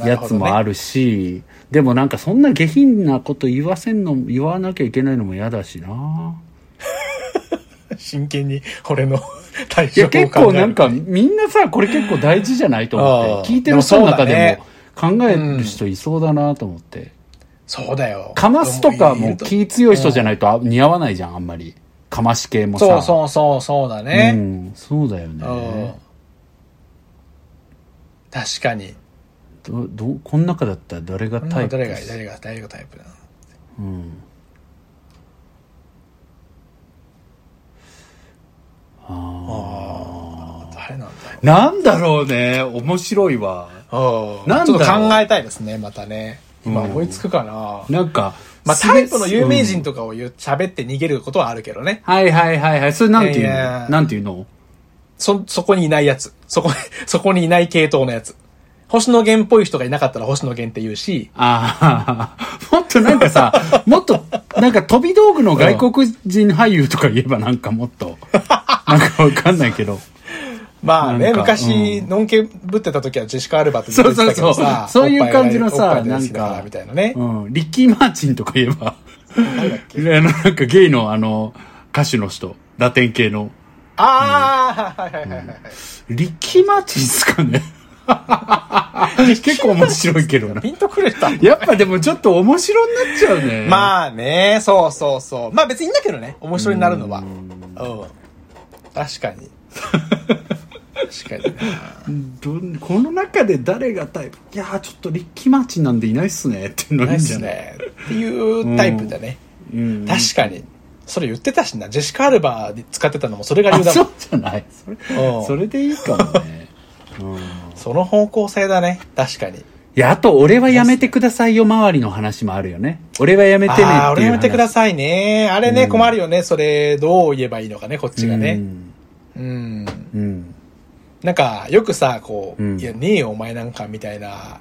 B: うん
A: やつもあ
B: る
A: るし、でもなんかそんな下品なこと言わせんの、言わなきゃいけないのも嫌だしな。
B: ほどね。真剣に、俺の 対
A: い
B: 処
A: や
B: を考える
A: 結構なんか、みんなさこれ結構大事じゃないと思っ
B: う
A: て
B: ん
A: 聞いてる人の中
B: で
A: で
B: も
A: も考える人いそうだなと思って、
B: そうだよ。
A: かますとかも気強い人じゃ
B: いる
A: ないとあ似合わないじゃんあんまりかまし系も
B: と。
A: さ
B: そうそうそう、そうだ
A: う
B: ね。
A: ん、そうだよ
B: うん
A: ね。
B: 確かに。
A: どどこの中だったら誰がタイプ
B: 誰が、誰が、誰がタイプなの
A: うん
B: 誰なんだろう。
A: なんだろうね面白いわな
B: なんん
A: だ
B: だ
A: ろう
B: ろ考えたいですね、またね。今
A: うん
B: 思いつくかな。
A: なんか
B: まあ、
A: すべ
B: タイプの有名人とかを言う喋って逃げることはあるけどね。
A: はいはいはいはいそれなんていうの、
B: いやいや
A: なんていうの
B: そ、そこにいないやつ。そこ、 そこにいない系統のやつ。星野源っぽい人がいなかったら星野源って言うし、
A: ああ、 もっとなんかさ、もっと、なんか飛び道具の外国人俳優とか言えばなんかもっと、なんかわかんないけど。
B: まあ
A: なん
B: ね、
A: か
B: 昔、
A: う
B: のんけぶってた時はジェシカ・アルバって言ってたけ
A: そ
B: ど
A: うそうそ
B: さ
A: う、そういう感じのさ
B: おっぱいがおっぱいが大好きだから
A: なんか
B: みたいな ね。
A: うん、リッキー・マーチンとか言えば、
B: なんだっ
A: あ
B: け
A: の、なんかゲイのあの、歌手の人、ラテン系の。
B: ああ、はいはいはいはい。
A: リッキー・マーチンっすかね 結構面白いけどな。
B: ピンとくれた。
A: やっぱでもちょっと面白になっちゃうね。あ、
B: まあね、そうそうそう。まあ別にいいんだけどね、面白いになるのは。うん。確か に。確かにな。
A: どんこの中で誰がタイプいやーちょっとリッキー・マーチンなんでいないっすねっていうのい
B: ない
A: いん
B: っ
A: じゃ
B: す
A: ない
B: ね。っていうタイプだね。
A: うん
B: 確かに。それ言ってたしな。ジェシカ・アルバで使ってたのもそれが理
A: あ
B: 由だ
A: そ
B: も。
A: うんじゃないそれ
B: うん
A: それでいいかもね、うん、い
B: その方向性だね。確かに。
A: やあと俺はやめてくださいよ周りの話もあるよね俺はやめてねっていう話
B: ああー、俺やめてくだ
A: さ
B: さいね。あれね、
A: うん
B: 困るよね。それ、どう言えばいいのかね、こっちが
A: う
B: ね。
A: ん、
B: うん。
A: うん
B: なんか、よくさ、こう、
A: うん
B: いや、ねえよ、お前なんか、みたいな、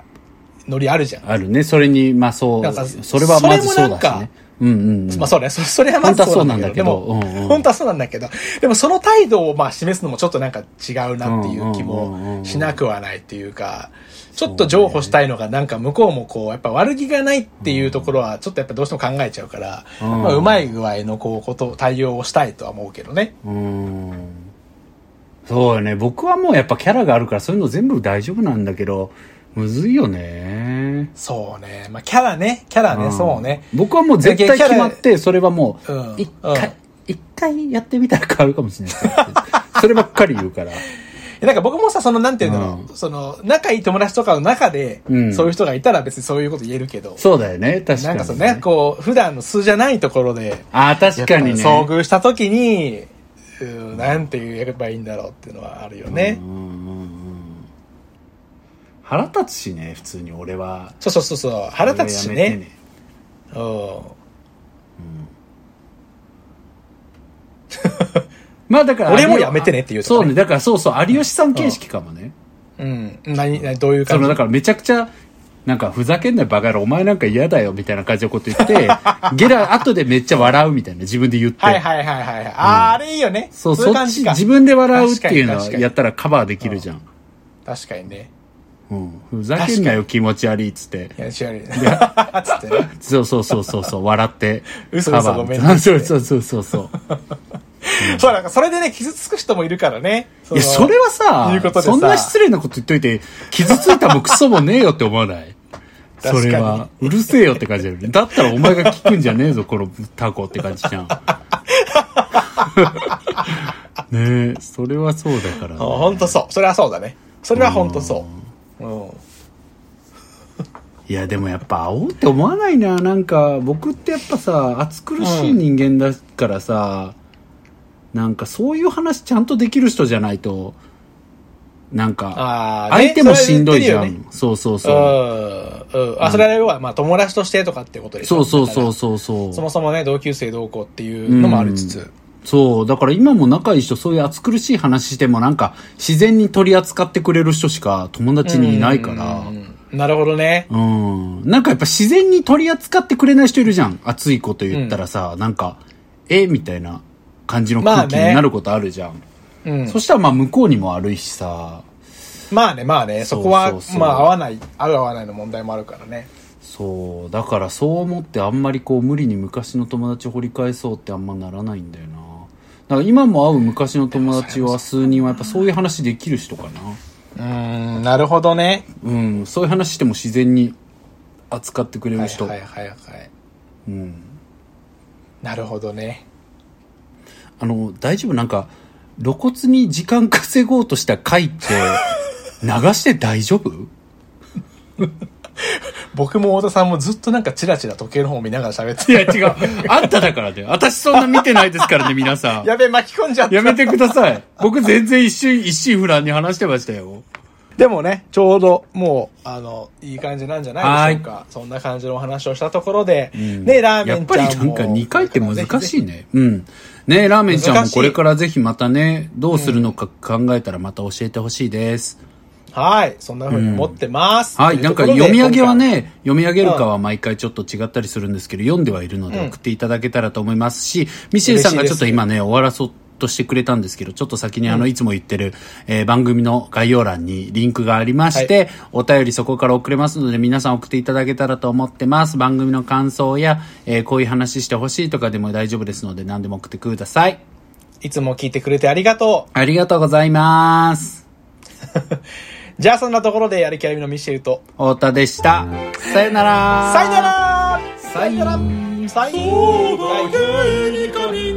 B: ノリあるじゃん。
A: あるねそれにまあそ
B: な
A: うん
B: か
A: それはまずそうだし
B: それもな
A: ね
B: んか
A: うんうん、うん
B: まあそうね、そそれはまずそうなんだけど、
A: 本当はそうなんだけど
B: で
A: うんうん
B: も、本当はそうなんだけど、でもその態度をまあ示すのもちょっとなんか違うなっていう気
A: うんうんうんう
B: も
A: ん
B: しなくはないっていうか、ちょっと譲歩したいのがなんか向こうもこう、やっぱ悪気がないっていうところはちょっとやっぱどうしても考えちゃうから、
A: うん
B: まあうまい具合のこう、こと、対応をしたいとは思うけどね。
A: うんそうよね僕はもうやっぱキャラがあるからそういうの全部大丈夫なんだけどむずいよね
B: そうね。まあキャラね、キャラね、
A: ん
B: そうね。
A: 僕はもう絶対
B: だけ
A: 決
B: どキャ
A: ま
B: ラ
A: ってそれはも
B: う
A: う
B: ん
A: 一回、
B: うん
A: 一回やってみたら変わるかもしれないですそればっかり言うから
B: なんか僕もさ、その、なんていうの、
A: う
B: その、仲いい友達とかの中で、
A: うん
B: そういう人がいたら別にそういうこと言えるけど、
A: そうだよね確か
B: な
A: に
B: んかそうね、こう、普段の素じゃないところで、
A: ああ確かにね
B: やっぱり遭遇した時に、うんなんて言えばいいんだろうっていうのはあるよね。
A: うんうんうん腹立つしね普通に俺は
B: そうそうそうそう、腹立つし
A: 俺はやめ
B: ね。
A: て
B: うん。
A: まあだから
B: 俺もやめてねって言うと
A: そ
B: か
A: う
B: ね
A: ねだからそうそう有吉さん形式かもね、
B: うん。何、何、どういう
A: そ
B: 感
A: の
B: じ
A: だからめちゃくちゃなんかふざけんなバカ野郎お前なんか嫌だよみたいな感じのこと言って ゲラ後でめっちゃ笑うみたいな自分で言って
B: はいはいはいはいはい。あーあれいいよね。
A: そう、
B: い
A: そうっ
B: 感
A: ち、
B: じか。
A: 自分で笑うっていうの
B: 確かに確か
A: は
B: に
A: やったらカバーできるじゃん。
B: 確かにね。
A: うん。ふざけんなよ、気持ち悪いっつって。
B: いや、違うよね。 つってね。
A: そうそうそうそうそう、笑って。
B: 嘘
A: カ
B: 嘘
A: バー
B: ごめんね
A: そうそうそうそうそう。
B: そう、なんかそれでね、傷つく人もいるからね。
A: いや、それはさ
B: いうことでさ
A: そんな失礼なこと言っといて、傷ついたもクソもねえよって思わない
B: 確か
A: そ
B: に
A: れは、うるせえよって感じだよね。だったらお前が聞くんじゃねえぞ、このタコって感じじゃん。 ねえ、それはそうだから、ね。
B: うん本当そう。それはそうだね。それは本当そう。うん。
A: いや、でもやっぱ、青って思わないな。なんか、僕ってやっぱさ、暑苦しい人間だからさ、なんかそういう話ちゃんとできる人じゃないと、なんか、
B: あーね
A: 相手もしんどいじゃ
B: それは
A: ん。
B: 言ってる
A: そうそう
B: う
A: そう。
B: ん。うん。あ、それは要は、まあ、友達としてとかってことでし
A: そ
B: ょ
A: うそう
B: だ
A: そ
B: か
A: うそうそう。
B: らそもそもね、同級生同行っていうのもありつつ。
A: そう、だから今も仲いい人、そういう暑苦しい話してもなんか、自然に取り扱ってくれる人しか友達にいないから、
B: うんなるほどね。
A: うん。なんかやっぱ自然に取り扱ってくれない人いるじゃん。熱いこと言ったらさ、なんか、えみたいな感じの空気
B: まあね
A: になることあるじゃん。
B: うん。
A: そしたらまあ向こうにも悪いしさ、
B: まあね、まあね、そこ
A: そ
B: は
A: うそうそ、う
B: まあ合わない、合う合わないの問題もあるからね。
A: そう、だからそう思ってあんまりこう無理に昔の友達を掘り返そうってあんまならないんだよな。だから今も会う昔の友達は数人はやっぱそういう話できる人かな。
B: うーん、なるほどね。
A: うん、そういう話しても自然に扱ってくれ
B: は
A: る
B: い
A: 人。
B: はいはいはい。
A: うん。
B: なるほどね。
A: あの、大丈夫なんか、露骨に時間稼ごうとした回 って、流して大丈夫
B: 僕も太田さんもずっとなんかチラチラ時計の方見ながら喋って
A: い
B: て。
A: や、違う。あんただからね。私そんな見てないですからね、皆さん。
B: やべえ、巻き込んじゃった。
A: やめてください。僕全然一瞬、一心不乱に話してましたよ。
B: でもね、ちょうどもう、あの、いい感じなんじゃないでしょうか。そんな感じのお話をしたところで、
A: うん
B: ね、ラーメンちゃんも
A: やっぱりなんか2回って難しい
B: ね。
A: ね。うん。ねラーメンちゃん
B: 難
A: も
B: しい
A: これからぜひまたね、どうするのか考えたらまた教えてほしいです。
B: はい、そんな風に思ってます。
A: はい、
B: とい
A: な
B: うんとこ
A: か
B: ろで
A: 読み上げは、ね、読み上げるかは毎回ちょっと違ったりするんですけど、読んではいるので
B: うん
A: 送っていただけたらと思いますし、ミシェルさんがちょっと今ね、終わらそうとしてくれたんですけど、ちょっと先にあの、いつも言ってる、えー番組の概要欄にリンクがありまして、お便りそこから送れますので、皆さん送っていただけたらと思ってます。番組の感想や、えーこういう話してほしいとかでも大丈夫ですので、何でも送ってください。
B: いつも聞いてくれてありがとう。
A: ありがとうございます。
B: じゃあそんなところでやる気ありみのミシェルと、
A: 太田でした。さよなら。
B: さよなら
A: さよなら
B: さよなら
C: 大変にカミング